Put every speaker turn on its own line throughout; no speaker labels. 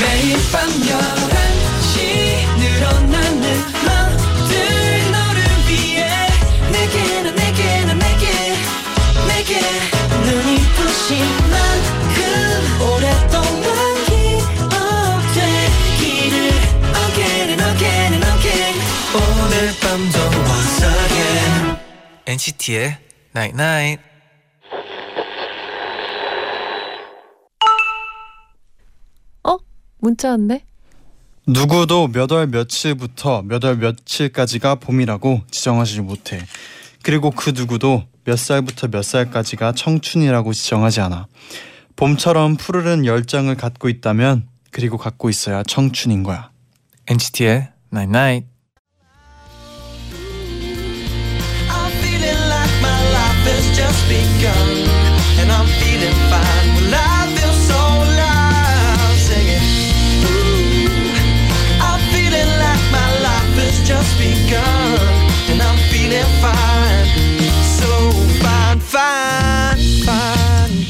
매일 밤 11시 늘어나는 맘들 너를 위해 내게 난 내게 난 내게 내게 눈이 부신 만큼 오랫동안 기억되기를 Again and again and again 오늘 밤도 once again
NCT의 Night Night.
어? 문자 왔네?
누구도 몇 월 며칠부터 몇 월 며칠까지가 봄이라고 지정하지 못해. 그리고 그 누구도 몇 살부터 몇 살까지가 청춘이라고 지정하지 않아. 봄처럼 푸르른 열정을 갖고 있다면 그리고 갖고 있어야 청춘인 거야.
NCT의 Night Night.
I'm feeling like my life has just begun And I'm feeling fine Well I feel so alive Singing Ooh. I'm feeling like my life has just begun And I'm feeling fine So fine, fine, fine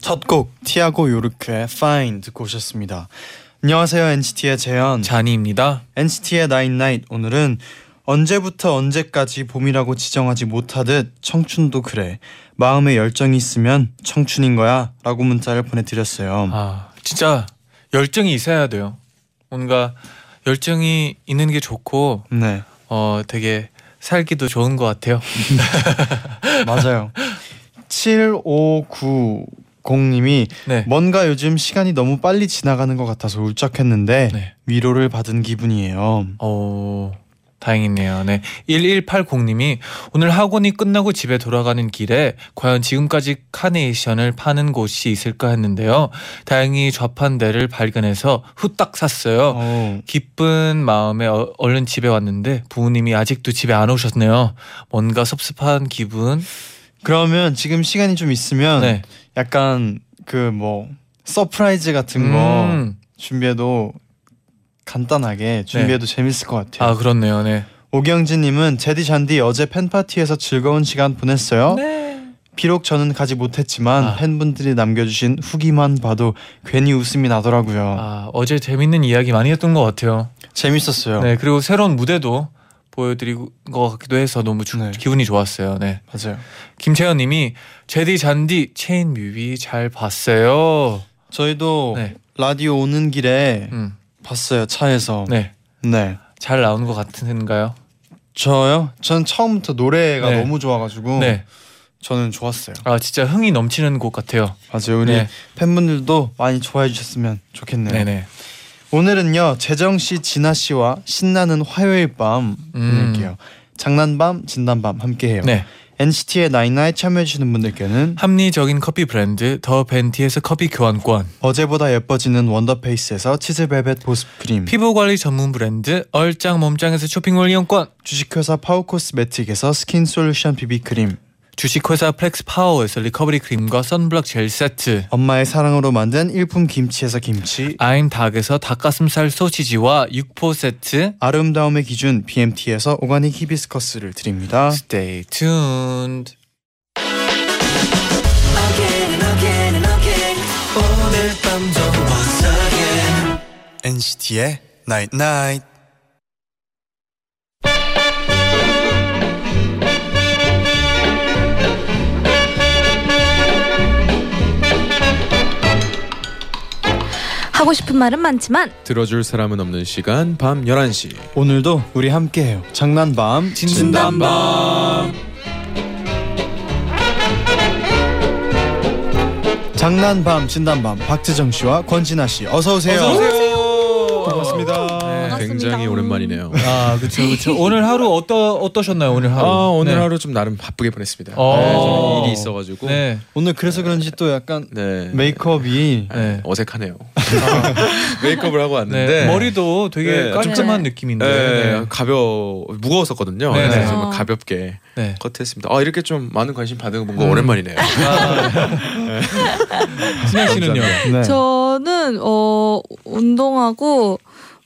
첫 곡 티아고 요르크의 Fine 듣고 오셨습니다. 안녕하세요 NCT의 재현.
잔이입니다.
NCT의 나인나잇 오늘은 언제부터 언제까지 봄이라고 지정하지 못하듯 청춘도 그래 마음에 열정이 있으면 청춘인 거야 라고 문자를 보내드렸어요
아, 진짜 열정이 있어야 돼요. 뭔가 열정이 있는 게 좋고
네
어 되게 살기도 좋은 것 같아요.
맞아요 7590님이
네.
뭔가 요즘 시간이 너무 빨리 지나가는 것 같아서 울적했는데
네.
위로를 받은 기분이에요
어 다행이네요. 네. 1180님이 오늘 학원이 끝나고 집에 돌아가는 길에 과연 지금까지 카네이션을 파는 곳이 있을까 했는데요. 다행히 좌판대를 발견해서 후딱 샀어요.
어,
기쁜 마음에 어- 얼른 집에 왔는데 부모님이 아직도 집에 안 오셨네요. 뭔가 섭섭한 기분.
그러면 지금 시간이 좀 있으면
네.
약간 그 뭐 서프라이즈 같은 거
음.
준비해도 간단하게 준비해도 재밌을 것
네.
같아요.
아 그렇네요. 네.
오경진님은 제디 잔디 어제 팬 파티에서 즐거운 시간 보냈어요.
네.
비록 저는 가지 못했지만
아.
팬분들이 남겨주신 후기만 봐도 괜히 웃음이 나더라고요.
아 어제 재밌는 이야기 많이 했던 것 같아요.
재밌었어요.
네 그리고 새로운 무대도 보여드리고 것 같기도 해서 너무 주-
네.
기분이 좋았어요. 네
맞아요.
김채연님이 제디 잔디 체인 뮤비 잘 봤어요.
저희도
네,
라디오 오는 길에
음,
네. 봤어요 차에서. 네.
네, 잘 나온 것 같은가요?
저요? 전 처음부터 노래가
네.
너무 좋아가지고
네,
저는 좋았어요.
아 진짜 흥이 넘치는 곡 같아요.
맞아요. 우리
네.
팬분들도 많이 좋아해 주셨으면 좋겠네요.
네, 네.
오늘은요 재정 씨, 진아 씨와 신나는 화요일 밤
음.
보낼게요. 장난밤, 진단밤 함께해요.
네.
NCT의 나인나에 참여해주시는 분들께는
합리적인 커피 브랜드 더 벤티에서 커피 교환권
어제보다 예뻐지는 원더페이스에서 치즈벨벳 보습크림,
피부관리 전문 브랜드 얼짱 몸짱에서 쇼핑몰 이용권
주식회사 파우코스메틱에서 스킨솔루션 비비크림,
주식회사 플렉스 파워에서 리커버리 크림과 선블럭 젤 세트
엄마의 사랑으로 만든 일품 김치에서 김치,
아임 닭에서 닭가슴살 소시지와 육포 세트
아름다움의 기준 BMT에서 오가닉 히비스커스를 드립니다.
Stay tuned
Again and again and again 오늘 밤도 once again
NCT의 나인나잇
하고 싶은 말은 많지만
들어줄 사람은 없는 시간 밤 11시
오늘도 우리 함께해요. 장난밤, 장난밤 진단밤 박재정 씨와 권진아 씨 어서 오세요. 반갑습니다.
굉장히
음.
오랜만이네요
아 그렇죠 그렇죠 오늘 하루 어떠 어떠셨나요 오늘
아
하루
오늘
네.
하루 좀 나름 바쁘게 보냈습니다
어.
네, 좀 일이 있어가지고 네.
네
오늘 그래서 그런지 또 약간 메이크업이
네.
어색하네요 메이크업을 하고 왔는데
네. 머리도 되게
네.
깔끔한
네,
느낌인데 네.
가벼워 무거웠었거든요
네,
그래서
네.
정말 가볍게
네.
커트했습니다 아 이렇게 좀 많은 관심 받은 건가 오랜만이네요
진아 씨는요
네.
저는 어 운동하고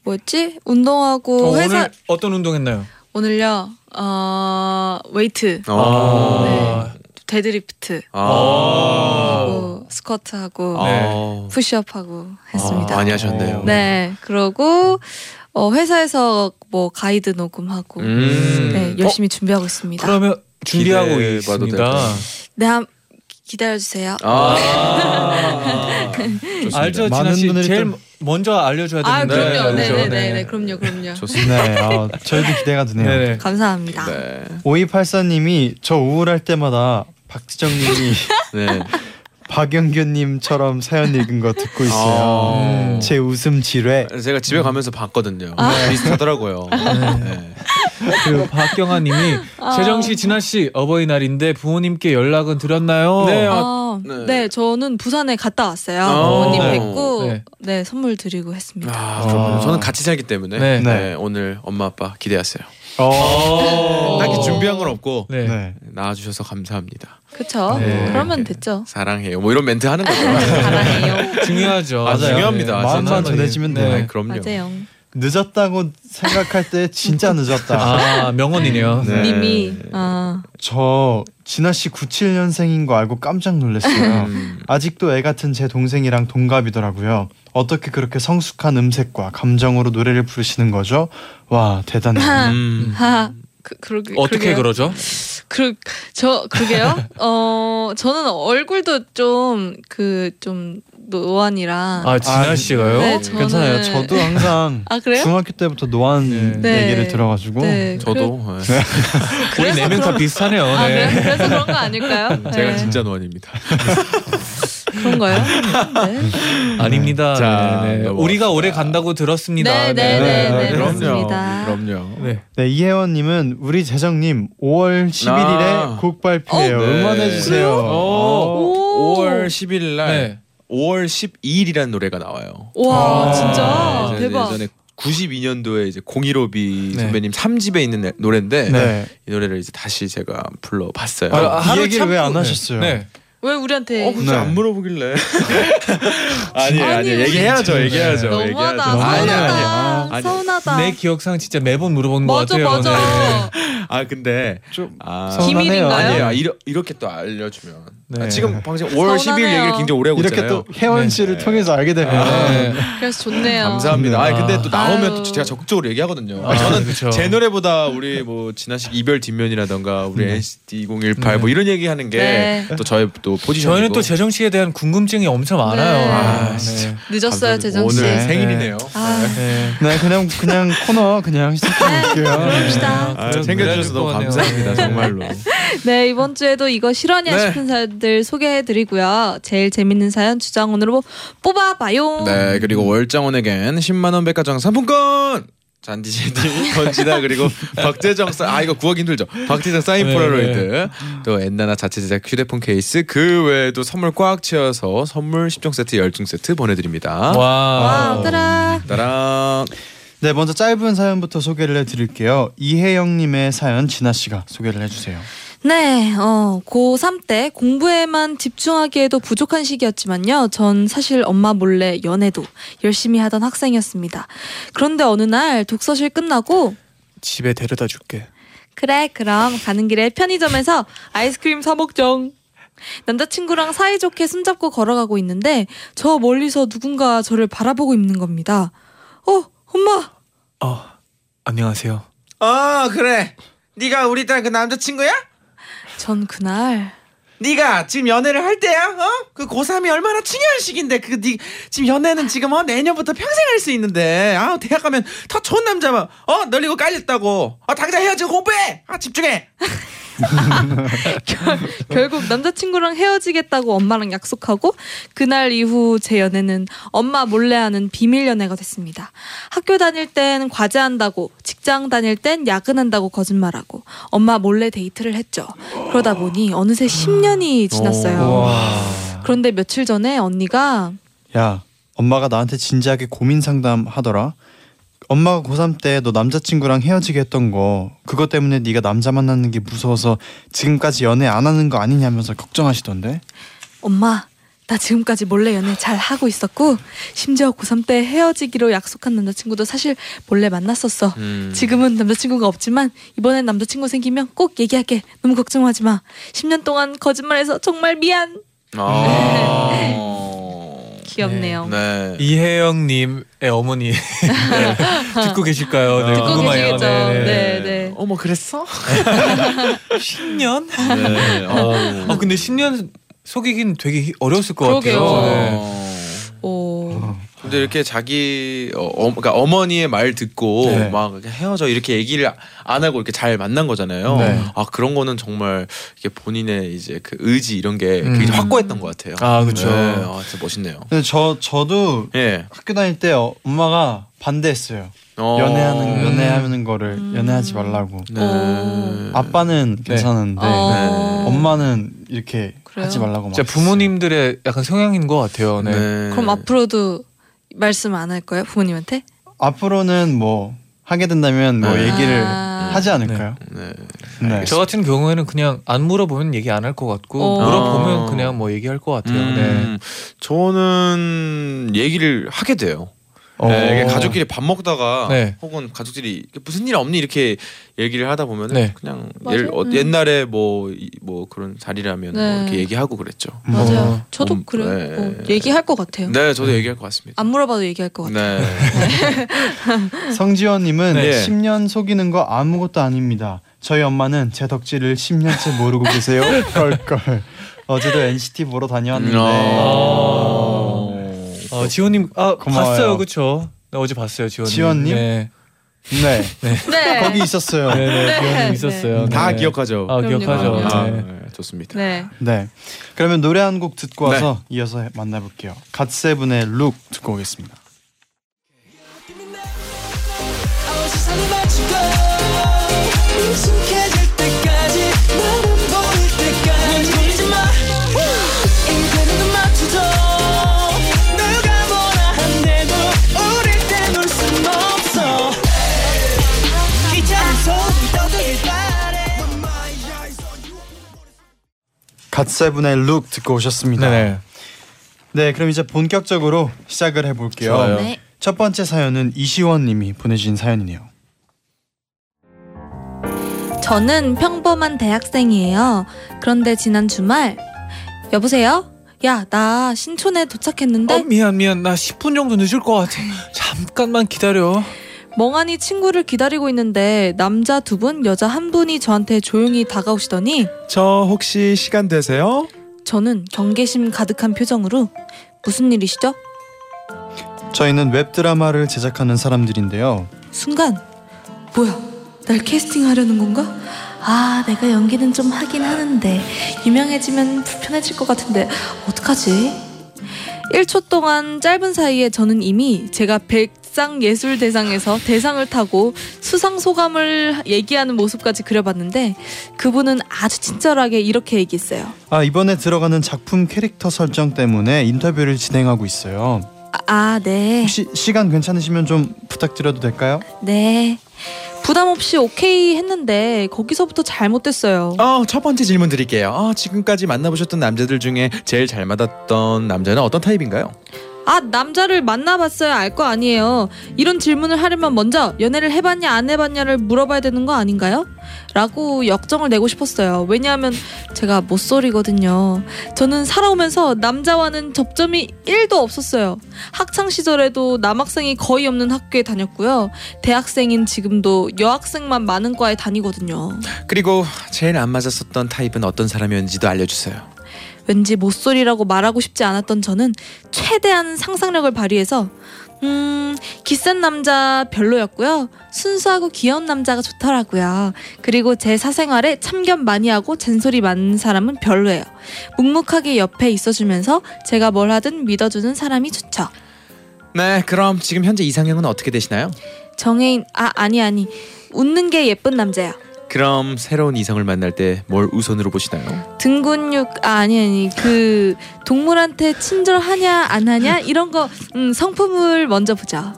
뭐였지? 운동하고
어,
회사
오늘 어떤 운동했나요?
오늘... 요 어, 웨이트
어.
아,
데드리프트
아.
하고 스쿼트 하고
아.
네.
푸시업 하고 했습니다.
아, 많이 하셨네요.
네, 그러고 어, 회사에서 뭐 가이드 녹음하고
음.
네, 열심히 준비하고 있습니다.
그러면 준비하고
기대해봐도
있습니다.
될까요?
네, 한- 기다려 주세요.
아.
좋습니다. 알죠, 진아
많은
씨.
분들이
제일
또-
먼저 알려줘야
아,
되는데.
그럼요. 네,
그렇죠?
네, 네, 네, 그럼요, 그럼요.
좋습니다.
네, 어, 저희도 기대가 되네요.
네네.
감사합니다.
네.
5284님이 저 우울할 때마다 박지정님이
네.
박영규님처럼 사연 읽은 거 듣고 있어요.
아.
제 웃음 지뢰.
제가 집에 가면서 봤거든요.
아.
비슷하더라고요. 네.
그리고 박경아님이 재정 씨, 진아 씨 어버이날인데 부모님께 연락은 드렸나요?
네, 아,
어,
네.
네. 저는 부산에 갔다 왔어요.
아,
부모님
네.
뵙고
네.
네. 선물 드리고 했습니다.
아, 그렇군요.
아.
저는 같이 살기 때문에
네.
네.
네.
오늘 엄마 아빠 기대하세요.
어.
아. 딱히 준비한 건 없고
네.
네.
나와주셔서 감사합니다.
그쵸?
네.
그러면 됐죠.
사랑해요. 뭐 이런 멘트 하는
네.
거죠. 네.
사랑해요.
중요하죠.
아, 중요합니다.
네,
마음만
맞아요.
전해지면
네.
돼요.
네, 그럼요.
맞아요.
늦었다고 생각할 때 진짜 늦었다.
아 명언이네요.
네. 음.
님이 아,
저 진아 씨 97년생인 거 알고 깜짝 놀랐어요.
음.
아직도 애 같은 제 동생이랑 동갑이더라고요. 어떻게 그렇게 성숙한 음색과 감정으로 노래를 부르시는 거죠? 와 대단해.
음.
하 그, 그러게,
어떻게
그러게요.
그러죠?
그, 저, 그러게요? 어, 저는 얼굴도 좀, 그, 좀, 노안이라.
아 진아
아,
씨가요?
네, 저는-
괜찮아요. 저도 항상
아, 그래요?
중학교 때부터 노안
네.
얘기를
네.
들어가지고
네.
저도 네.
우리 네 명 다 비슷하네요.
그런, 아,
네.
그래요? 그래서 그런 거 아닐까요?
제가
네.
진짜 노안입니다.
그런가요? 네.
아닙니다.
자,
네, 네.
넘어갑시다.
우리가 오래 간다고 들었습니다.
네, 네, 네, 네,
그럼요.
맞습니다.
그럼요.
네.
네, 이혜원님은 우리 재정님 5월 11일에
아.
곡 발표예요.
어, 네.
응원해 주세요.
그래요?
어.
오.
5월 10일 날
네.
5월 12일이라는 노래가 나와요.
와,
아,
진짜.
네,
대박.
예전에 92년도에 이제 015비
네.
선배님 3집에 있는 네- 노래인데
네.
이 노래를 이제 다시 제가 불러봤어요.
아,
아, 하루
이 얘기를
참고-
왜 안 하셨어요?
네.
왜 우리한테
어, 근데
네.
안 물어보길래. 아니, 아니,
아니,
요
우리
얘기해야죠, 얘기해야죠.
너무하다.
얘기해야죠. 아니, 아니.
서운하다.
아니.
서운하다.
내 기억상 진짜 매번 물어보는 것
네. 맞아,
같아요. 네.
맞아.
아, 근데
좀
아,
서운하네요.
기밀인가요?
아니야. 이러, 이렇게 또 알려 주면.
네.
아, 지금 방금 5월 10일
서운하네요.
얘기를 굉장히 오래 하고
이렇게
있잖아요.
또 혜원 씨를 통해서 알게
아,
되면
네.
그래서 좋네요.
감사합니다. 아, 근데 또 나오면 또
아유.
제가 적극적으로 얘기하거든요.
아,
저는
그쵸.
제 노래보다 우리 뭐 지나식 이별 뒷면이라던가
음.
우리 NCT 018 뭐 이런 얘기 하는 게 또
네.
저의 또 포지션이고.
저희는 또 재정 씨에 대한 궁금증이 엄청 많아요.
네.
아, 진짜.
네.
늦었어요,
감사드리고
재정 씨.
오늘
네.
생일이네요.
아,
네.
네, 그냥 그냥 코너 그냥 시작해 볼게요.
합시다.
아,
그래도
챙겨주셔서 너무
그래야 될
감사합니다.
그렇죠. 거네요.
정말로.
네 이번 주에도 이거 실화냐
네.
싶은 사연들 소개해드리고요. 제일 재밌는 사연 주장원으로 뽑아봐요.
네 그리고 월장원에겐 10만 원 백화점 상품권 잔디제디 건지다 그리고 박재정 싸, 아 이거 구하기 힘들죠 박재정 사인
네,
폴라로이드 또 엔나나 자체 제작 휴대폰 케이스 그 외에도 선물 꽉 채워서 선물 10종 세트 10종 세트 보내드립니다
네. 와.
와, 따라.
따란
네, 먼저 짧은 사연부터 소개를 해 드릴게요. 이혜영 님의 사연 진아 씨가 소개를 해 주세요.
네, 어, 고3 때 공부에만 집중하기에도 부족한 시기였지만요. 전 사실 엄마 몰래 연애도 열심히 하던 학생이었습니다. 그런데 어느 날 독서실 끝나고
집에 데려다 줄게.
그래 그럼 가는 길에 편의점에서 아이스크림 사 먹정 남자친구랑 사이좋게 손잡고 걸어가고 있는데 저 멀리서 누군가 저를 바라보고 있는 겁니다 어 엄마
어. 안녕하세요.
어 그래 네가 우리 딸 그 남자친구야?
전 그날
네가 지금 연애를 할 때야? 어? 그 고3이 얼마나 중요한 시기인데 그 네, 지금 연애는 지금 어 내년부터 평생 할 수 있는데 아 대학 가면 더 좋은 남자만 어 널리고 깔렸다고 아 당장 헤어지 공부해 아 집중해
결- 결국 남자친구랑 헤어지겠다고 엄마랑 약속하고 그날 이후 제 연애는 엄마 몰래 하는 비밀 연애가 됐습니다. 학교 다닐 땐 과제한다고, 직장 다닐 땐 야근한다고 거짓말하고 엄마 몰래 데이트를 했죠. 그러다 보니 어느새 10년이 지났어요. 그런데 며칠 전에 언니가
야, 엄마가 나한테 진지하게 고민 상담 하더라. 엄마가 고3 때 너 남자친구랑 헤어지게 했던 거 그것 때문에 네가 남자 만나는 게 무서워서 지금까지 연애 안 하는 거 아니냐면서 걱정하시던데
엄마 나 지금까지 몰래 연애 잘 하고 있었고 심지어 고3 때 헤어지기로 약속한 남자친구도 사실 몰래 만났었어.
음.
지금은 남자친구가 없지만 이번엔 남자친구 생기면 꼭 얘기할게. 너무 걱정하지 마. 10년 동안 거짓말해서 정말 미안.
아.
귀엽네요.
네.
이혜영님의 어머니 듣고 계실까요? 네,
듣고
궁금해요.
계시겠죠.
네, 네.
네, 네.
어머 그랬어?
10년?
네. 어.
아 근데 10년 속이긴 되게 어려웠을 것
그러게요.
같아요. 네.
어.
네.
오.
근데 이렇게 자기 어, 어, 그러니까 어머니의 말 듣고
네.
막 이렇게 헤어져 이렇게 얘기를 안 하고 이렇게 잘 만난 거잖아요.
네.
아 그런 거는 정말 이게 본인의 이제 그 의지 이런 게 굉장히
음.
확고했던 것 같아요.
아 그렇죠.
네, 아, 진짜 멋있네요.
근데 저 저도
예.
학교 다닐 때 어, 엄마가 반대했어요.
어.
연애하는
음.
연애하는 거를
음.
연애하지 말라고.
네.
오.
아빠는 괜찮은데
어.
엄마는 이렇게
그래요?
하지 말라고
진짜
막
부모님들의 약간 성향인 것 같아요. 네.
그럼 앞으로도 말씀 안 할 거예요? 부모님한테?
했어요. 앞으로는 뭐 하게 된다면 뭐
네.
얘기를
아.
하지 않을까요?
네.
네.
저 같은 경우에는 그냥 안 물어보면 얘기 안 할 것 같고
어.
물어보면 그냥 뭐 얘기할 것 같아요. 네.
음, 저는 얘기를 하게 돼요.
어.
네, 이게 가족끼리 밥 먹다가
네.
혹은 가족들이 이게 무슨 일 없니 이렇게 얘기를 하다 보면
네.
은 그냥
맞아요.
예를, 어,
음.
옛날에 뭐 뭐 그런 자리라면
네.
뭐 이렇게 얘기하고 그랬죠.
뭐
맞아요.
어.
저도
음,
그래요.
네.
어, 얘기할 것 같아요.
네, 저도 얘기할 것 같습니다.
안 물어봐도 얘기할 것 같아요.
네.
성지원님은
네.
10년 속이는 거 아무것도 아닙니다. 저희 엄마는 제 덕질을 10년째 모르고 계세요. 걸 어제도 NCT 보러
네. 아.
다녀왔는데
어.
어, 지호님 아
고마워요.
봤어요, 그렇죠? 나 어제 봤어요, 지호님.
지원님?
네.
네
네.
거기 있었어요.
네, 네,
네.
지호님 있었어요. 네.
다 기억하죠.
아
그럼요,
기억하죠.
그럼요.
아,
네.
네, 좋습니다.
네.
네. 그러면 노래 한 곡 듣고
네.
와서 이어서 해- 만나볼게요. 갓세븐의 룩 듣고 오겠습니다.
어 세상이 맞추고 익숙해질 때까지 나는 보일 때까지 넌 잊지 마 인생은 맞춰줘 누가 뭐라 한대도 우릴 때놀 순 없어 귀찮은 소리 떠들길 바래 When my eyes on you
갓세븐의 룩 듣고 오셨습니다. 네,
네네.
그럼 이제 본격적으로 시작을 해볼게요.
좋아요.
네.
첫 번째 사연은 이시원님이 보내주신 사연이네요.
저는 평범한 대학생이에요. 그런데 지난 주말 여보세요? 야, 나 신촌에 도착했는데
어, 미안 미안 나 10분 정도 늦을 것 같아. 잠깐만 기다려.
멍하니 친구를 기다리고 있는데 남자 두 분, 여자 한 분이 저한테 조용히 다가오시더니
저 혹시 시간 되세요?
저는 경계심 가득한 표정으로 무슨 일이시죠?
저희는 웹드라마를 제작하는 사람들인데요.
순간 뭐야 날 캐스팅하려는 건가? 아 내가 연기는 좀 하긴 하는데 유명해지면 불편해질 것 같은데 어떡하지? 1초 동안 짧은 사이에 저는 이미 제가 백상 예술 대상에서 대상을 타고 수상 소감을 얘기하는 모습까지 그려봤는데 그분은 아주 친절하게 이렇게 얘기했어요.
아 이번에 들어가는 작품 캐릭터 설정 때문에 인터뷰를 진행하고 있어요.
아, 아 네.
혹시 시간 괜찮으시면 좀 부탁드려도 될까요?
네. 부담 없이 오케이 했는데 거기서부터 잘못됐어요.
어, 첫 번째 질문 드릴게요. 어, 지금까지 만나보셨던 남자들 중에 제일 잘 맞았던 남자는 어떤 타입인가요?
아 남자를 만나봤어야 알 거 아니에요. 이런 질문을 하려면 먼저 연애를 해봤냐 안 해봤냐를 물어봐야 되는 거 아닌가요? 라고 역정을 내고 싶었어요. 왜냐하면 제가 못소리거든요. 저는 살아오면서 남자와는 접점이 1도 없었어요. 학창 시절에도 남학생이 거의 없는 학교에 다녔고요. 대학생인 지금도 여학생만 많은 과에 다니거든요.
그리고 제일 안 맞았었던 타입은 어떤 사람이었는지도 알려주세요.
왠지 모쏠이라고 말하고 싶지 않았던 저는 최대한 상상력을 발휘해서 음 기센 남자 별로였고요 순수하고 귀여운 남자가 좋더라고요 그리고 제 사생활에 참견 많이 하고 잔소리 많은 사람은 별로예요 묵묵하게 옆에 있어주면서 제가 뭘 하든 믿어주는 사람이 좋죠
네, 그럼 지금 현재 이상형은 어떻게 되시나요?
정해인 아 아니 아니 웃는 게 예쁜 남자야
그럼 새로운 이성을 만날 때 뭘 우선으로 보시나요?
등 근육 아 아니 아니 그 동물한테 친절하냐 안 하냐 이런 거 음, 성품을 먼저 보자.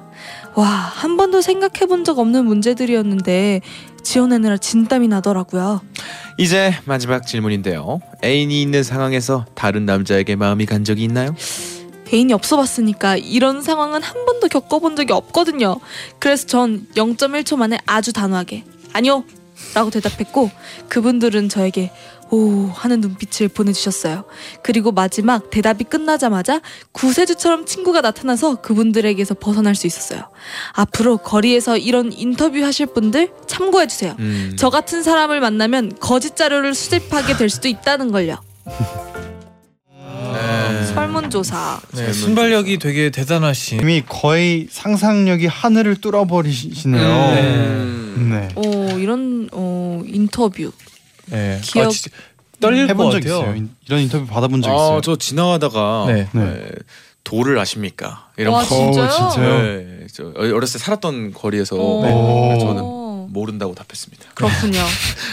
와 한 번도 생각해 본 적 없는 문제들이었는데 지어내느라 진땀이 나더라고요.
이제 마지막 질문인데요. 애인이 있는 상황에서 다른 남자에게 마음이 간 적이 있나요?
개인이 없어봤으니까 이런 상황은 한 번도 겪어본 적이 없거든요. 그래서 전 0.1초 만에 아주 단호하게 아니요 라고 대답했고 그분들은 저에게 오 하는 눈빛을 보내주셨어요. 그리고 마지막 대답이 끝나자마자 구세주처럼 친구가 나타나서 그분들에게서 벗어날 수 있었어요. 앞으로 거리에서 이런 인터뷰 하실 분들 참고해주세요.
음.
저 같은 사람을 만나면 거짓 자료를 수집하게 될 수도 있다는 걸요.
네.
설문조사.
네, 순발력이 되게 대단하신
이미 거의 상상력이 하늘을 뚫어버리시네요.
음.
네.
어 이런 어 인터뷰
네.
기억-
아, 진짜 떨릴 것
해본 적
같아요.
있어요. 인- 이런 인터뷰 받아본 적 있어요.
아, 저 지나가다가
네.
네.
에, 도를 아십니까? 이런
와,
거.
진짜? 진짜요?
진짜요?
네, 저 어렸을 때 살았던 거리에서
어.
네,
오.
저는 모른다고 답했습니다. 네.
그렇군요.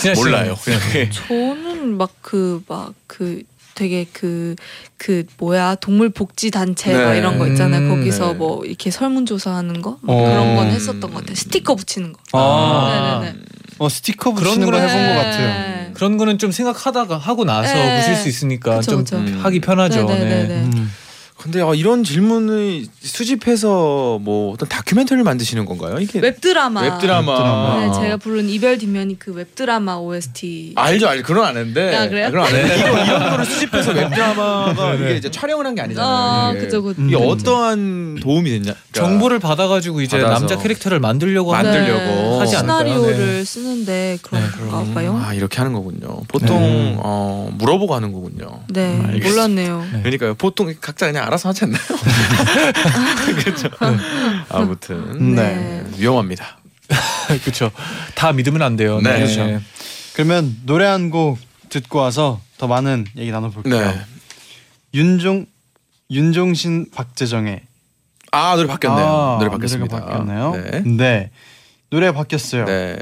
그냥
몰라요. 그냥.
저는 막 그 막 그 되게 그 그 뭐야 동물 복지 단체가
네.
이런 거 있잖아요.
음,
거기서
네.
뭐 이렇게 설문조사하는 거
어.
그런 건 했었던 것 같아요. 스티커 붙이는 거.
아.
네네네.
어, 스티커
그런
붙이는 거
거를
해본
네.
것 같아요.
그런 거는 좀 생각하다가 하고 나서
네.
보실 수 있으니까
그쵸,
좀 음.
그쵸.
하기 편하죠.
네네네네.
네.
음.
근데 아, 이런 질문을 수집해서 뭐 어떤 다큐멘터리를 만드시는 건가요? 이게
네. 웹드라마.
웹드라마.
네, 제가 부른 이별 뒷면이 그 웹드라마 OST.
알죠, 알죠. 그런 아는데.
아, 그래요?
그런 아는데 네, 이거 이런 거를 수집해서 웹드라마가 이게 이제 촬영을 한 게 아니잖아요.
아,
이게.
그죠 그죠.
이게
음.
어떠한 도움이 됐냐? 그러니까
정보를 받아가지고 이제
받아서.
남자 캐릭터를 만들려고 하는
만들-
데
만들려고
하지 않을까요?
네. 시나리오를 쓰는데 그런
네,
건가 봐요.
아 이렇게 하는 거군요. 보통
네.
어, 물어보고 하는 거군요.
네,
알겠습니다.
몰랐네요.
그러니까요. 보통 각자 그냥 알아서 하지 않나요? 그렇죠. 아무튼
네.
네.
위험합니다.
그렇죠. 다 믿으면 안 돼요.
네.
그렇죠. 그러면 노래 한 곡 듣고 와서 더 많은 얘기 나눠볼게요.
네.
윤종 윤종신 박재정의
아 노래 바뀌었네요.
아,
노래 바뀌었습니다.
노래가 바뀌었나요?
네.
네. 노래 바뀌었어요.
네.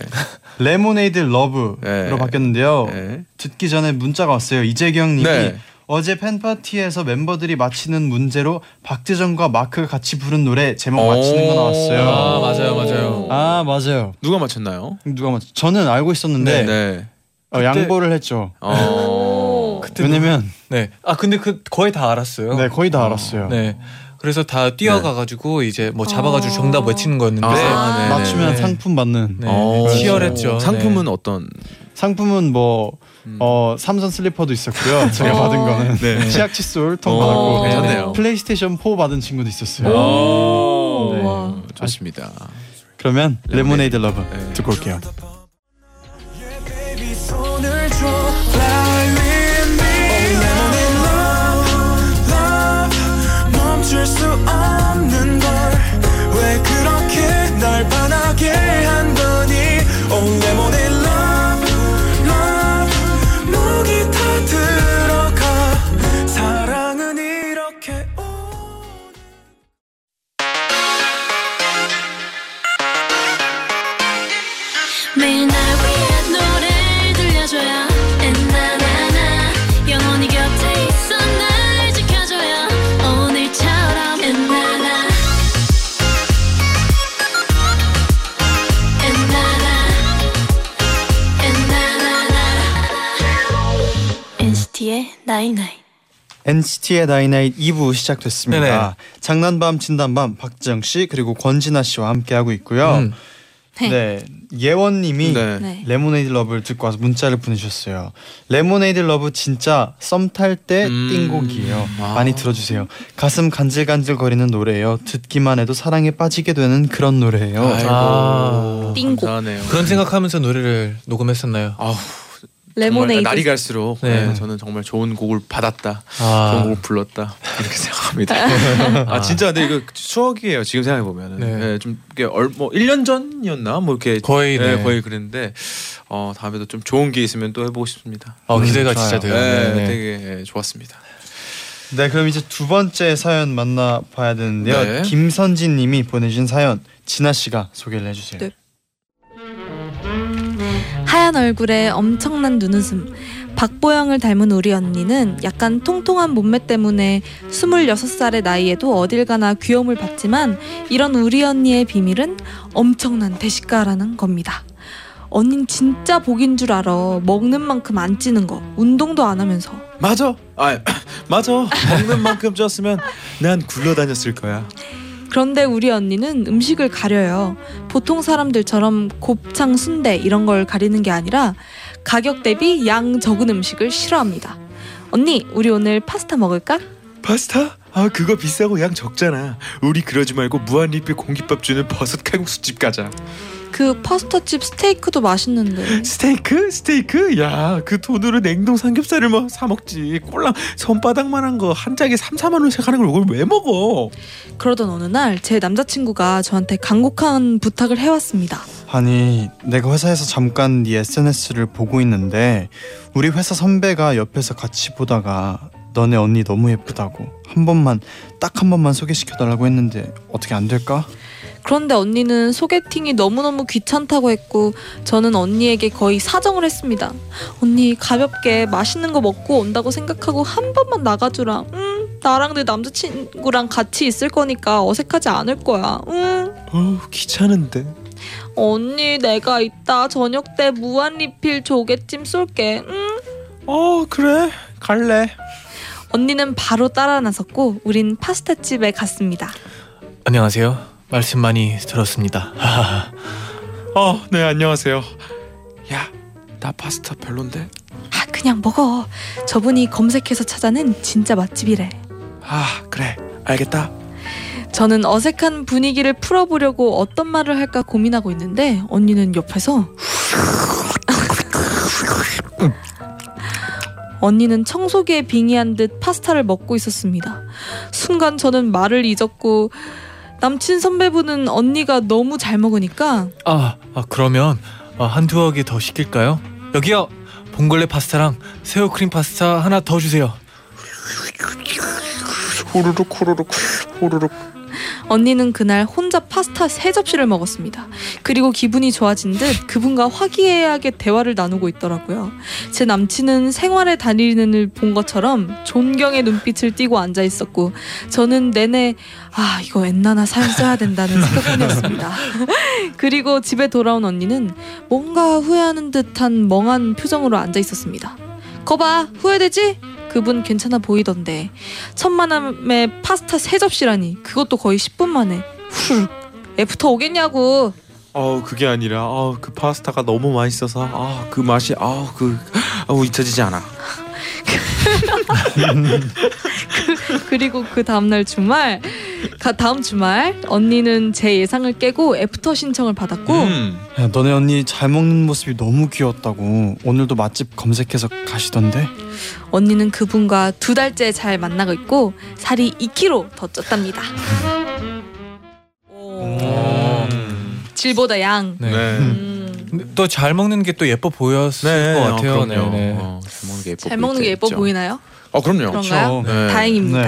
레모네이드 러브로
네.
바뀌었는데요.
네.
듣기 전에 문자가 왔어요. 이재경님이
네.
어제 팬파티에서 멤버들이 맞히는 문제로 박재정과 마크가 같이 부른 노래 제목 어, 맞히는 거
아
나왔어요.
맞아요, 맞아요.
아 맞아요.
누가 맞췄나요?
누가 맞? 저는 알고 있었는데
네.
어, 양보를 했죠.
어.
왜냐면
네. 아 근데 그 거의 다 알았어요.
네 거의 다 알았어요.
네. 그래서 다 뛰어가가지고 이제 뭐 잡아가지고
아.
정답 외치는 거였는데
아.
네, 네,
맞추면
네.
상품 받는
네.
어.
치열했죠.
상품은
네.
어떤?
상품은 뭐
음.
어, 삼선 슬리퍼도 있었고요. 제가
어.
받은 거는
네.
치약 칫솔
어,
통 받았고
괜찮네요.
플레이스테이션 4 받은 친구도 있었어요.
오.
네.
와. 좋습니다.
그러면 레모네이드 러브 듣고 올게요.
baby 손을 줘 Fly with me 내 몸에 love love 멈출 수 없는 걸 왜 그렇게 날 반하게 한 거니 Oh 내 몸에 love love 목이 다 들어가 사랑은 이렇게 오는
매일 날 위한 노래를 들려줘요 엔나나나 영원히 곁에 있어 날 지켜줘요 오늘처럼 엔나나 엔나나 엔나나나 NCT의 나잇나잇
NCT의 다이나잇 2부 시작됐습니다.
네네.
장난밤 진단밤 박지영 씨 그리고 권진아 씨와 함께 하고 있고요.
음.
네 예원님이
네.
네.
레모네이드 러브를 듣고 와서 문자를 보내주셨어요. 레모네이드 러브 진짜 썸 탈 때
음.
띵곡이에요.
아.
많이 들어주세요. 가슴 간질간질거리는 노래예요. 듣기만 해도 사랑에 빠지게 되는 그런 노래예요.
아.
띵곡.
감사하네요.
그런 생각하면서 노래를 녹음했었나요?
아우, 정말 그러니까
레모네이드.
날이 갈수록
네.
네, 저는 정말 좋은 곡을 받았다. 좋은
아,
곡을 불렀다. 이렇게 생각합니다. 아 진짜 근데 이거 추억이에요. 지금 생각해 보면은
네.
네, 좀 이게 얼뭐 1년 전이었나 뭐 이렇게
거의,
네,
네.
거의 그랬는데 어 다음에도 좀 좋은 기회 있으면 또 해보고 싶습니다.
어, 기대가
음,
진짜 돼요.
좋아요.
네,
네, 네.
되게 네, 좋았습니다.
네, 그럼 이제 두 번째 사연 만나봐야 되는데요.
네.
김선진님이 보내주신 사연 진아 씨가 소개를 해주세요.
네. 하얀 얼굴에 엄청난 눈웃음. 박보영을 닮은 우리 언니는 약간 통통한 몸매 때문에 26살의 나이에도 어딜 가나 귀여움을 받지만 이런 우리 언니의 비밀은 엄청난 대식가라는 겁니다. 언닌 진짜 복인 줄 알아. 먹는 만큼 안 찌는 거. 운동도 안 하면서.
맞아. 아, 맞아. 먹는 만큼 쪘으면 난 굴러다녔을 거야.
그런데 우리 언니는 음식을 가려요. 보통 사람들처럼 곱창, 순대 이런 걸 가리는 게 아니라 가격 대비 양 적은 음식을 싫어합니다. 언니, 우리 오늘 파스타 먹을까?
파스타? 아, 그거 비싸고 양 적잖아. 우리 그러지 말고 무한리필 공깃밥 주는 버섯 칼국수집 가자.
그 파스타집 스테이크도 맛있는데.
네. 스테이크? 스테이크? 야, 그 돈으로 냉동 삼겹살을 뭐 사 먹지. 꼴랑 손바닥만한 거 한 짝에 3, 4만 원씩 하는 걸 이걸 왜 먹어?
그러던 어느 날 제 남자친구가 저한테 간곡한 부탁을 해왔습니다.
아니 내가 회사에서 잠깐 네 SNS를 보고 있는데 우리 회사 선배가 옆에서 같이 보다가 너네 언니 너무 예쁘다고 한 번만 딱 한 번만 소개시켜달라고 했는데 어떻게 안 될까?
그런데 언니는 소개팅이 너무너무 귀찮다고 했고 저는 언니에게 거의 사정을 했습니다. 언니 가볍게 맛있는 거 먹고 온다고 생각하고 한 번만 나가주라. 음, 나랑 내 남자친구랑 같이 있을 거니까 어색하지 않을 거야. 음,
어우, 귀찮은데.
언니 내가 이따 저녁 때 무한 리필 조개찜 쏠게. 음.
어, 그래. 갈래.
언니는 바로 따라 나섰고 우린 파스타집에 갔습니다.
안녕하세요. 말씀 많이 들었습니다. 하하하.
어, 네, 안녕하세요. 야, 나 파스타 별론데.
아 그냥 먹어. 저분이 검색해서 찾아낸 진짜 맛집이래.
아, 그래. 알겠다.
저는 어색한 분위기를 풀어보려고 어떤 말을 할까 고민하고 있는데 언니는 옆에서 언니는 청소기에 빙의한 듯 파스타를 먹고 있었습니다. 순간 저는 말을 잊었고 남친 선배분은 언니가 너무 잘 먹으니까
아, 아, 그러면 아, 한두 어기 더 시킬까요? 여기요. 봉골레 파스타랑 새우 크림 파스타 하나 더 주세요.
호루룩 호루룩 호루룩.
언니는 그날 혼자 파스타 세 접시를 먹었습니다. 그리고 기분이 좋아진 듯 그분과 화기애애하게 대화를 나누고 있더라고요. 제 남친은 생활에 다니는 일 본 것처럼 존경의 눈빛을 띄고 앉아 있었고 저는 내내 아 이거 엔나나 사연 써야 된다는 생각뿐이었습니다. 그리고 집에 돌아온 언니는 뭔가 후회하는 듯한 멍한 표정으로 앉아 있었습니다. 거봐 후회되지? 그분 괜찮아 보이던데 천만함에 파스타 세 접시라니 그것도 거의 10분 만에 후루룩 애프터 오겠냐고
어, 그게 아니라 어, 그 파스타가 너무 맛있어서 아, 그 맛이 아, 그 아우 잊혀지지 않아.
그리고 그 다음날 주말 가 다음 주말 언니는 제 예상을 깨고 애프터 신청을 받았고
음.
야, 너네 언니 잘 먹는 모습이 너무 귀여웠다고 오늘도 맛집 검색해서 가시던데
언니는 그분과 두 달째 잘 만나고 있고 살이 2kg 더 쪘답니다 오, 질보다 양
네.
네.
음,
또 잘 먹는 게 또 예뻐 보였을
네,
것
어,
같아요.
그럼요.
네, 네.
어, 잘 먹는 게 예뻐
잘 먹는 게 예뻐
보이죠.
보이나요?
어, 그럼요.
그런가요?
네.
다행입니다
네.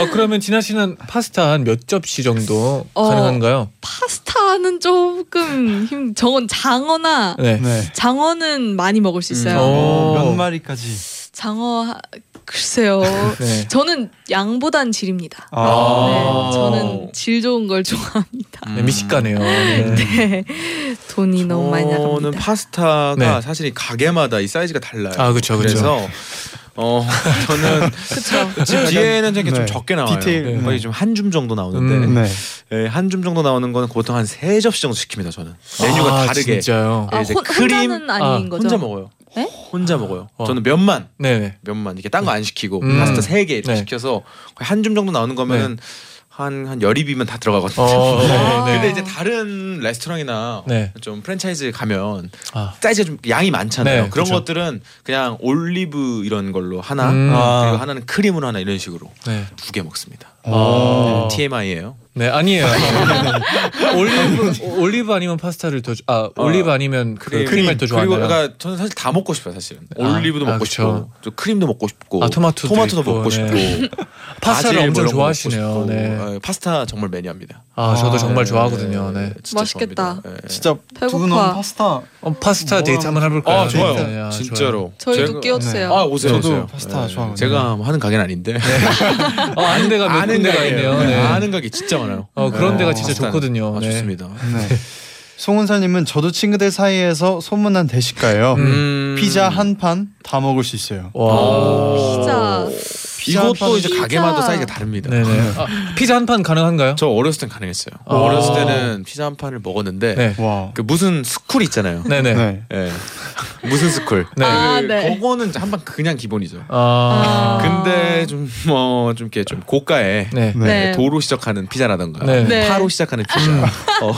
어, 그러면 진아 씨는 파스타 한 몇 접시 정도
어.
가능한가요?
파스타는 조금 힘 저건 장어나
네.
네.
장어는 많이 먹을 수 있어요.
음,
오.
몇 마리까지?
장어 하- 글쎄요.
네.
저는 양보단 질입니다.
아.
네, 저는 질 좋은 걸 좋아합니다.
네,
음.
미식가네요.
네. 돈이 너무 많이
저는
나갑니다.
파스타가
네.
사실 이 가게마다 이 사이즈가 달라요.
아, 그쵸, 그쵸.
그래서 어, 저는
그렇죠.
지금
약간
뒤에는 이제 좀
네.
적게 나와요.
디테일.
거의
네.
좀 한 줌 정도 나오는데
음.
네.
예, 한줌 정도 나오는 건 보통 한 세 접시 정도 시킵니다. 저는 메뉴가
아,
다르게
진짜요.
아,
이제
혼,
크림-
혼자는 아닌
아,
거죠?
혼자 먹어요.
네?
혼자 먹어요.
어.
저는 면만
네, 네.
면만 이렇게 딴 거 안 시키고
음.
파스타 세 개 이렇게
네.
시켜서 거의 한 줌 정도 나오는 거면은 한한 열입이면 다 네. 들어가거든요.
어, 네, 네.
근데 이제 다른 레스토랑이나
네.
좀 프랜차이즈 가면
아.
사이즈가 좀 양이 많잖아요.
네,
그런
그쵸.
것들은 그냥 올리브 이런 걸로 하나
음.
그리고 하나는 크림으로 하나 이런 식으로
네.
두 개 먹습니다.
아.
TMI예요.
네, 아니에요. 올리브 올리브 아니면 파스타를 더 좋- 아, 올리브 아니면 그 크림을 더
어. 그리고
좋아하나요?
그러니까 저는 사실 다 먹고 싶어요 사실은
아,
올리브도
아,
먹고
그쵸.
싶고 또 크림도 먹고 싶고
아, 토마토도 있고, 네.
먹고 싶고
파스타를
바질 뭐 이런 거
엄청
먹고
좋아하시네요.
싶고.
네.
아, 파스타 정말 매니아입니다.
아, 저도
아,
정말
네,
좋아하거든요. 네.
진짜
맛있겠다.
좋아합니다. 네.
진짜
배고파.
두분 파스타.
어, 파스타
뭐야.
데이트 한번 해볼까요?
아 좋아요.
네, 아,
진짜로.
저희도
제가-
끼워주세요.
아 오세요.
저도
오세요.
파스타 좋아하거든요.
제가 하는 가게는 아닌데
네, 좋아요. 어, 아는 데가 몇
아는
좋은 데가 있네요. 네.
아는 가게 진짜 많아요.
어, 그런 데가 진짜
비슷한.
좋거든요.
아,
네.
좋습니다.
네. 송은사님은 저도 친구들 사이에서 소문난 대식가예요.
음. 아,
피자 한 판 다 먹을 수 있어요.
와.
진짜
피자 한
이것도 이제
피자.
가게마다 사이즈가 다릅니다.
네네. 아, 피자 한 판 가능한가요?
저 어렸을 땐 가능했어요.
아.
어렸을 때는 피자 한 판을 먹었는데
네.
판. 와.
그 무슨 스쿨 있잖아요.
네네. 네.
네.
예. 무슨 스쿨?
네.
아, 네.
그거는 한 판 그냥 기본이죠.
아.
아.
근데 좀 뭐 좀 이렇게 좀 고가에
네.
네.
네.
도로 시작하는 피자라던가
네.
네.
파로 시작하는 피자, 어,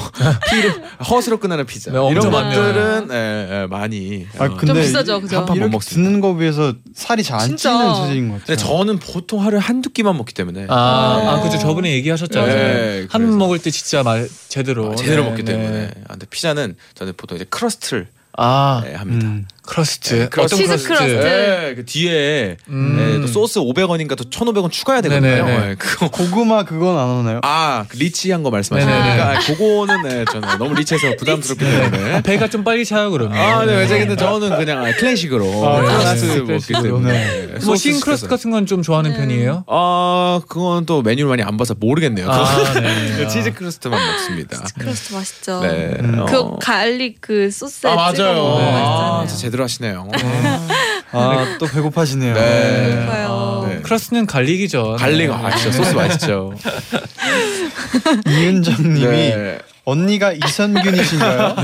피로 허스로 끝나는 피자
네,
이런
엄청
것들은 예, 예, 많이
아,
어,
근데
좀 비싸죠, 그죠?
한판 못
이렇게
먹습니다.
듣는 거 비해서 살이 잘 안
진짜.
찌는 체질인 것 같아요.
근데 저는 보통 하루에 한두 끼만 먹기 때문에
아, 아, 그죠. 저번에 얘기하셨잖아요.
네,
한
그래서.
먹을 때 진짜 말 제대로.
어, 제대로
네,
먹기
네.
때문에 아, 근데 피자는 저는 보통 이제 크러스트를
아,
예, 합니다.
음.
크러스트.
네, 크러스트.
어떤
치즈 크러스트.
예, 그 뒤에
음.
예, 또 소스 500원인가 또 1,500원 추가해야 되거든요.
네네네.
예, 그거
고구마 그건 안 오나요?
아, 그 리치한 거
네,
말씀하시니까 아, 그거는 네, 저는 너무 리치해서 부담스럽기 때문에.
배가 좀 빨리 차요 그러면.
네. 아, 네, 왜냐 근데 저는 그냥 아예 클래식으로
아,
크러스트
네.
먹기
클래식으로.
때문에. 네,
뭐
소스
신 크러스트
시켜서.
같은 건 좀 좋아하는
네.
편이에요?
아, 그건 또 메뉴를 많이 안 봐서 모르겠네요.
아,
그
네.
치즈 크러스트만 먹습니다.
크러스트 맛있죠.
네.
음.
어.
그 갈릭 그 소스에
아,
찍어
맞아요.
먹는 거
아,
있잖아요.
진짜 제대로 하시네요.
아 또 배고파지네요.
네.
배고파요.
네.
어, 크러스트는 네. 갈릭이죠.
갈릭 아 진짜 소스 맛있죠.
이은정님이
네.
언니가 이선균이신가요?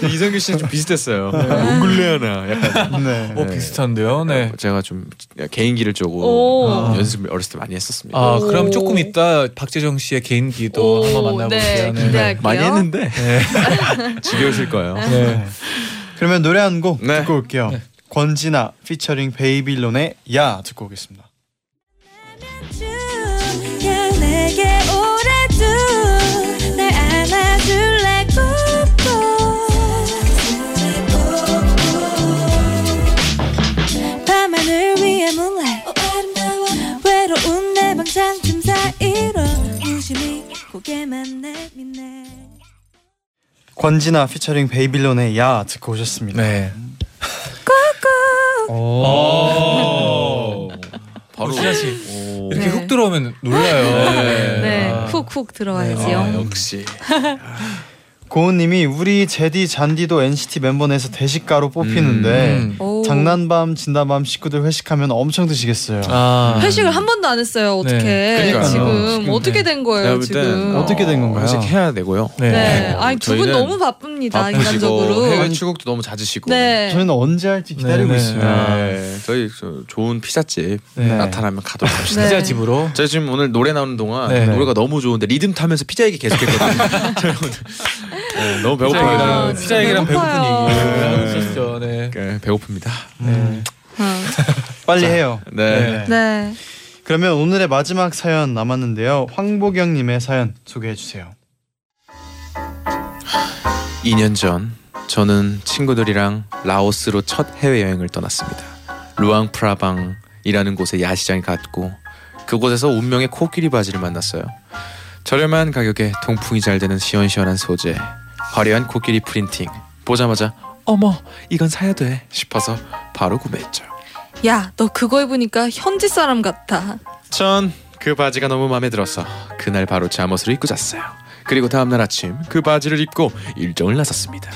그 이성규 씨는 좀 비슷했어요. 네. 몽글레아나 약간.
네.
어, 비슷한데요. 네.
제가 좀 개인기를
오.
조금 연습을 어렸을 때 많이 했었습니다.
아,
오.
그럼 조금 이따 박재정 씨의 개인기도
오,
한번 만나보시죠.
네, 기대할게요.
많이 했는데 네. 지겨우실 거예요.
네.
그러면 노래 한 곡
네.
듣고 올게요. 권진아 피처링 베이빌론의 야 듣고 오겠습니다.
야 내게 오래도 날 안아줄래 꾹꾹 밤하늘 위에 moonlight 외로운 내 방장 틈 사이로 무심히 고개만 내미네
권진아 피처링 베이빌론의 야 듣고 오셨습니다.
네.
오. 바로
오진아 씨.
오.
이렇게
네.
훅 들어오면 놀라요. 네.
네,
아.
훅훅
아,
들어와야지요.
역시.
고은님이 우리 제디 잔디도 NCT 멤버내에서 대식가로 뽑히는데
음.
오.
장난밤 진다밤 식구들 회식하면 엄청 드시겠어요.
아.
회식을 한 번도 안 했어요. 어떻게
네.
그러니까요.
지금
지금, 네.
어떻게 된
내가
거예요?
볼 땐,
지금
어,
어떻게 된 건가요?
회식해야 되고요.
네.
네,
어,
아니 두 분
저희는
너무 바쁩니다
바쁘시고
인간적으로.
해외 출국도 너무 잦으시고.
네,
저희는 언제 할지 기다리고
네, 네.
있어요.
네, 저희 저- 좋은 피자집
네.
나타나면 가도록 합시다.
네.
피자 집으로.
저희 지금 오늘 노래 나오는 동안
네.
노래가 너무 좋은데 리듬 타면서 피자 얘기 계속했거든요. 저희 오늘 네, 너무
아,
배고파요.
피자 얘기랑, 피자
진짜
얘기랑 배고픈
배고파요.
얘기를 하고
네.
있었죠. 네.
네, 배고픕니다.
음.
어.
빨리 해요.
네.
네.
네.
그러면 오늘의 마지막 사연 남았는데요. 황보경님의 사연 소개해 주세요.
2년 전 저는 친구들이랑 라오스로 첫 해외 여행을 떠났습니다. 루앙프라방이라는 곳의 야시장에 갔고 그곳에서 운명의 코끼리 바지를 만났어요. 저렴한 가격에 통풍이 잘 되는 시원시원한 소재, 화려한 코끼리 프린팅. 보자마자 어머 이건 사야 돼 싶어서 바로 구매했죠.
야, 너 그거 입으니까 현지 사람 같아.
전 그 바지가 너무 마음에 들어서 그날 바로 잠옷을 입고 잤어요. 그리고 다음날 아침 그 바지를 입고 일정을 나섰습니다.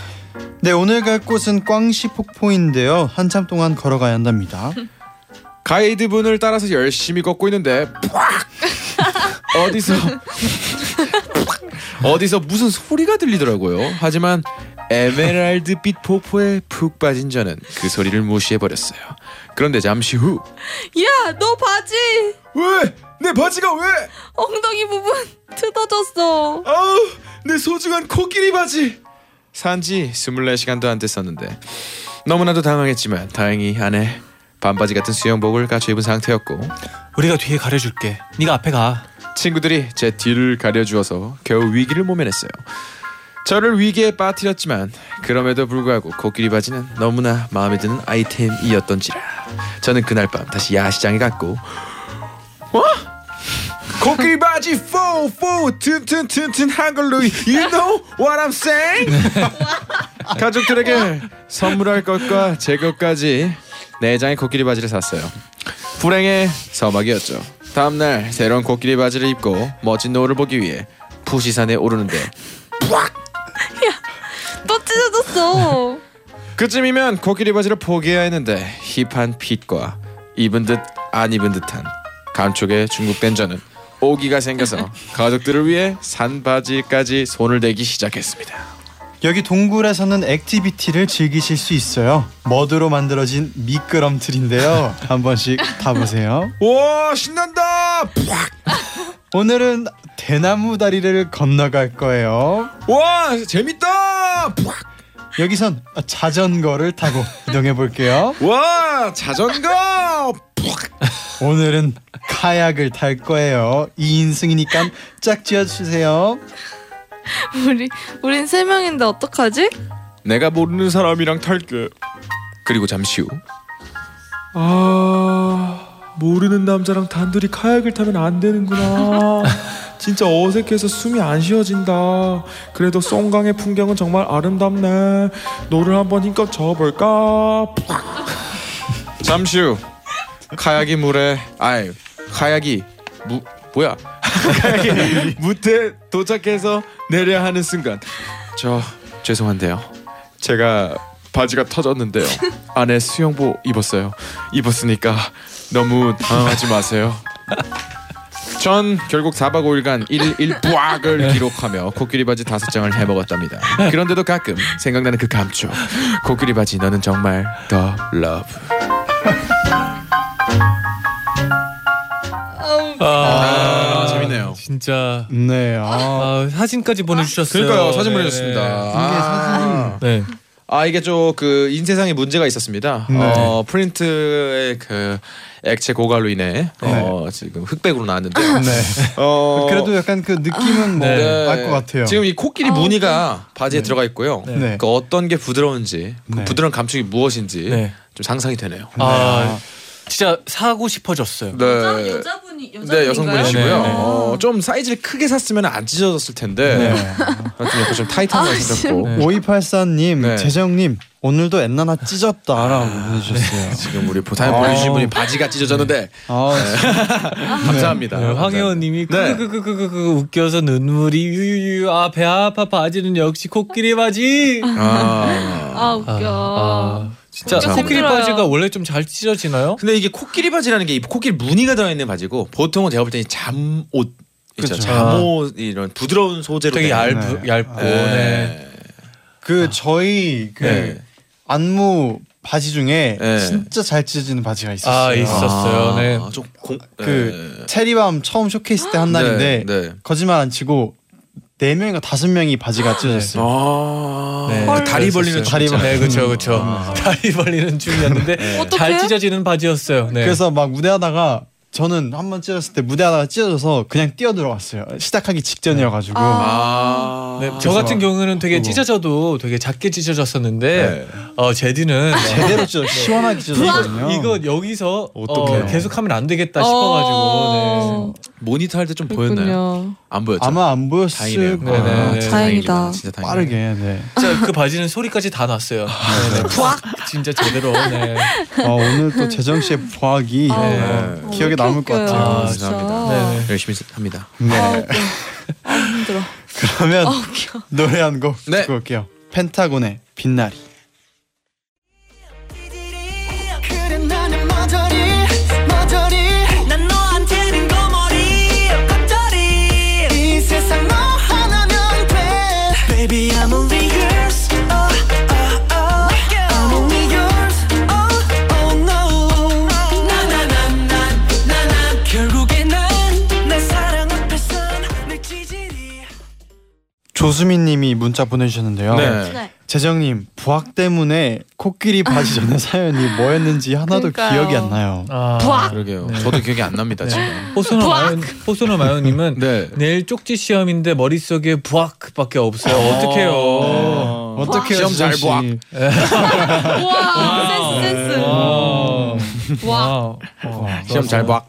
네 오늘 갈 곳은 꽝시 폭포인데요. 한참 동안 걸어가야 한답니다.
가이드분을 따라서 열심히 걷고 있는데 팍! 어디서 어디서 무슨 소리가 들리더라고요. 하지만 에메랄드빛 폭포에 푹 빠진 저는 그 소리를 무시해 버렸어요. 그런데 잠시 후
야, 너 바지
왜? 내 바지가 왜?
엉덩이 부분 뜯어졌어.
아우 내 소중한 코끼리 바지 산지 24시간도 안 됐었는데 너무나도 당황했지만 다행히 안에 반바지 같은 수영복을 갖춰 입은 상태였고
우리가 뒤에 가려줄게. 네가 앞에 가.
친구들이 제 뒤를 가려주어서 겨우 위기를 모면했어요 저를 위기에 빠뜨렸지만 그럼에도 불구하고 코끼리 바지는 너무나 마음에 드는 아이템이었던지라 저는 그날 밤 다시 야시장에 갔고 어? 코끼리 바지 4 4 튼튼튼튼 한글로 You know what I'm saying? 가족들에게 선물할 것과 제 것까지 네 장의 코끼리 바지를 샀어요 불행의 서막이었죠 다음날 새로운 코끼리 바지를 입고 멋진 노을을 보기 위해 부시산에 오르는데
또 찢어졌어.
그쯤이면 코끼리 바지를 포기해야 했는데 힙한 핏과 입은 듯 안 입은 듯한 감촉에 중독된 저는 오기가 생겨서 가족들을 위해 산 바지까지 손을 대기 시작했습니다.
여기 동굴에서는 액티비티를 즐기실 수 있어요. 머드로 만들어진 미끄럼틀인데요. 한 번씩 타보세요.
와 신난다!
오늘은 대나무 다리를 건너갈 거예요.
와 재밌다!
여기선 자전거를 타고 이동해 볼게요.
와 자전거!
오늘은 카약을 탈 거예요. 2인승이니까 짝지어 주세요.
우리 우린 세 명인데 어떡하지?
내가 모르는 사람이랑 탈게. 그리고 잠시 후
아 모르는 남자랑 단둘이 카약을 타면 안 되는구나 진짜 어색해서 숨이 안 쉬어진다 그래도 송강의 풍경은 정말 아름답네 노를 한번 힘껏 저어볼까
잠시 후 카약이 물에 아이 카약이 무 뭐야 카약이 무태 도착해서 내려야 하는 순간 저 죄송한데요 제가 바지가 터졌는데요 안에 수영복 입었어요 입었으니까 너무 당황하지 마세요 전 결국 4박 5일간 1일 1부악을 기록하며 코끼리 바지 다섯 장을 해먹었답니다 그런데도 가끔 생각나는 그 감촉 코끼리 바지 너는 정말 더 러브
아우,
아,
아, 재밌네요. 어.
진짜
네. 아.
아, 사진까지 보내주셨어요.
그러니까요 사진
네.
보내주셨습니다. 아.
네.
아, 이게 좀 그 인쇄상에 문제가 있었습니다.
네.
어 프린트의 그 액체 고갈로 인해 어 지금 흑백으로 나왔는데요.
네.
어
그래도 약간 그 느낌은 뭐 알
네.
것 같아요.
지금 이 코끼리 무늬가 바지에 들어가 있고요.
네.
그 어떤 게 부드러운지, 그
네.
부드러운 감촉이 무엇인지
네.
좀 상상이 되네요.
아, 진짜 사고 싶어졌어요.
네.
여자분이
네 여성분이시고요.
네, 네.
어, 좀 사이즈를 크게 샀으면 안 찢어졌을 텐데
네.
좀 약간 좀 타이트한 것 같았고
네.
5284님,
네. 아.
재정님 오늘도 엔나나 찢었다라고 보내주셨어요.
네, 지금 우리 보상에 보내주신 분이 바지가 찢어졌는데 네.
아,
감사합니다.
네, 황혜원님이 그,
네.
크크크크크 웃겨서 눈물이 유유유 아 배 아파 바지는 역시 코끼리 바지.
아.
아 웃겨.
아, 진짜
진짜
코끼리
힘들어요.
바지가 원래 좀 잘 찢어지나요?
근데 이게 코끼리 바지라는 게 이 코끼리 무늬가 들어있는 바지고 보통은 제가 볼 때는 잠옷 있죠.
그쵸.
잠옷 이런 부드러운 소재로
아. 되게
된-
얇
네.
얇고. 네.
그 저희 그
네.
안무 바지 중에
네.
진짜 잘 찢어지는 바지가 있었어요.
아 있었어요.
아,
네.
좀 공,
그 체리밤 처음 쇼케이스 때 한
네,
날인데
네.
거짓말 안 치고 네 명인가 다섯 명이 바지가 찢어졌어요.
아.
네.
그 다리 벌리는
다리
춤 있잖아요.
벌-
네, 그렇죠, 그렇죠. 다리 벌리는 춤이었는데 잘
어떡해?
찢어지는 바지였어요. 네.
그래서 막 무대하다가 저는 한 번 찢었을 때 무대하다가 찢어져서 그냥 뛰어 들어갔어요. 시작하기 직전이어가지고
아.
아.
네, 저 같은
그래서-
경우는 되게
그거.
찢어져도 되게 작게 찢어졌었는데 어 제디는
제대로 찢어 시원하게 찢어졌거든요.
이거 여기서
어떡해요?
어, 계속하면 안 되겠다 네.
어.
싶어가지고
네. 모니터 할 때 좀 보였나요?
그렇군요.
안 보였죠.
아마 안
다행이네요.
보였을
네, 네,
거예요.
네.
진짜
다행이다.
다행입니다. 진짜 다행이다.
빠르게 네.
네. 진짜 그 바지는 소리까지 다 났어요. 네, 네. 푸악 진짜 제대로. 네.
아, 오늘 또 재정 씨의 부학이
아,
네.
어,
기억에
왜
남을
이렇게
것 같아요.
웃겨요,
아,
진짜.
죄송합니다.
네, 네.
열심히 합니다.
네.
아우, 아 힘들어.
그러면
아우 귀여.
노래 한 곡
네.
듣고 올게요. 펜타곤의 빛나리.
그래 나는 머저리 머저리 난 너한테 린 거머리 겉절이 이 세상 너 하나면 돼 Baby I'm only yours oh, oh, oh. I'm only yours oh, oh no 나나나나나나 결국엔 난내 사랑 앞에선 늘 찌질이
조수민님이 문자 보내주셨는데요.
네.
재정님 부학 때문에 코끼리 바지 전에 사연이 뭐였는지 하나도
그러니까요.
기억이 안 나요.
아,
푸악!
그러게요. 저도 기억이 안 납니다 지금.
호소나 마요 호소나 마요님은
네.
내일 쪽지 시험인데 머릿속에 부악밖에 없어요.
네.
어떡해요.
어떻게요,
시험 잘
재정 씨?
부학.
와 센스 센스. 와
네. 와. 와.
시험 잘 봐.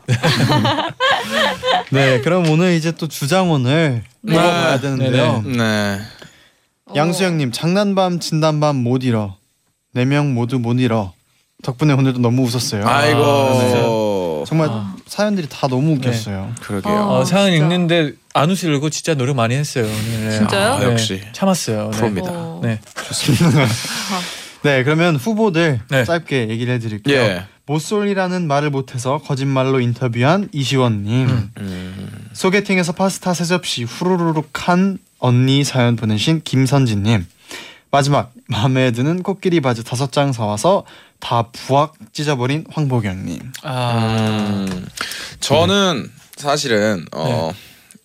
네, 그럼 오늘 이제 또 주장원을
네. 어.
물어봐야 되는데요.
네.
양수영님 장난밤 진단밤 못 잃어.
아,
네 명 모두 못 잃어. 덕분에 오늘도 너무 웃었어요.
아이고.
정말 사연들이 다 너무
네.
웃겼어요.
그러게요.
어.
어, 사연
진짜.
읽는데 안 웃으려고 진짜 노력 많이 했어요. 오늘. 네.
진짜요?
네,
아, 역시.
참았어요. 네.
프로입니다.
어.
네.
좋습니다. 네, 그러면 후보들
네.
짧게 얘기를 해드릴게요.
예.
모쏠이라는 말을 못해서 거짓말로 인터뷰한 이시원님.
음.
소개팅에서 파스타 세 접시 후루룩한 언니 사연 보내신 김선진님. 마지막 마음에 드는 코끼리 바지 다섯 장 사와서 다 부악 찢어버린 황보경님.
아,
음, 저는 사실은 어,
네.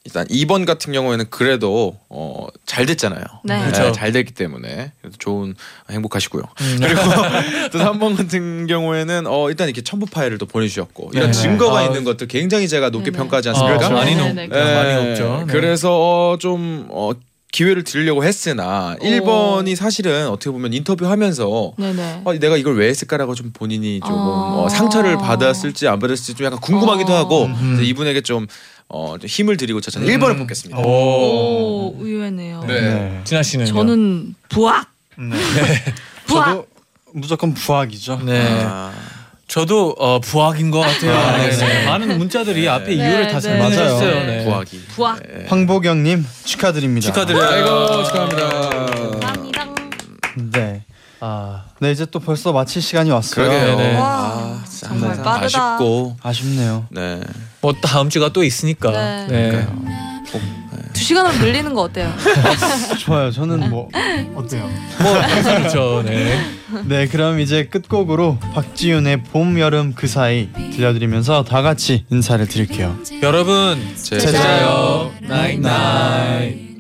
일단 2번 같은 경우에는 그래도 어, 잘 됐잖아요.
네.
그쵸.
잘 됐기 때문에 그래도 좋은 행복하시고요.
음.
그리고 또 3번 같은 경우에는 어, 일단 이렇게 첨부 파일을 또 보내주셨고
네.
이런 증거가
아,
있는 것도 굉장히 제가 높게
네네.
평가하지
아,
않습니까?
그렇죠.
많이 높
네, 네,
예,
많이 높죠. 네.
그래서 어, 좀 어, 기회를 드리려고 했으나
오.
1번이 사실은 어떻게 보면 인터뷰하면서
네네.
어, 내가 이걸 왜 했을까라고 좀 본인이 조금
아.
어, 상처를 받았을지 안 받았을지 좀 약간 궁금하기도
아.
하고
음.
이제 이분에게 좀, 어, 좀 힘을 드리고 저 저는
음.
1번을 뽑겠습니다.
오.
오 의외네요.
네.
진아 씨는
저는 부악
네.
부악.
저도 무조건 부악이죠.
네.
아.
저도 어, 부학인 것 같아요. 네, 네. 많은 문자들이 앞에
네,
이유를 다
네,
설명했어요.
맞아요.
네.
구하기.
부악.
네.
황보경님 축하드립니다.
축하드려요.
아이고 축하합니다.
감사합니다.
네.
아,
네 이제 또 벌써 마칠 시간이 왔어요.
그러게요.
네, 네.
와,
진짜
정말
항상
빠르다.
아쉽고.
아쉽네요.
네.
뭐 다음 주가 또 있으니까.
네.
네.
두 시간은 늘리는 거 어때요?
좋아요. 저는 뭐 어때요?
뭐 그렇죠. 네.
네, 그럼 이제 끝곡으로 박지윤의 봄, 여름 그 사이 들려드리면서 다 같이 인사를 드릴게요.
여러분
제
제자요 나잇나잇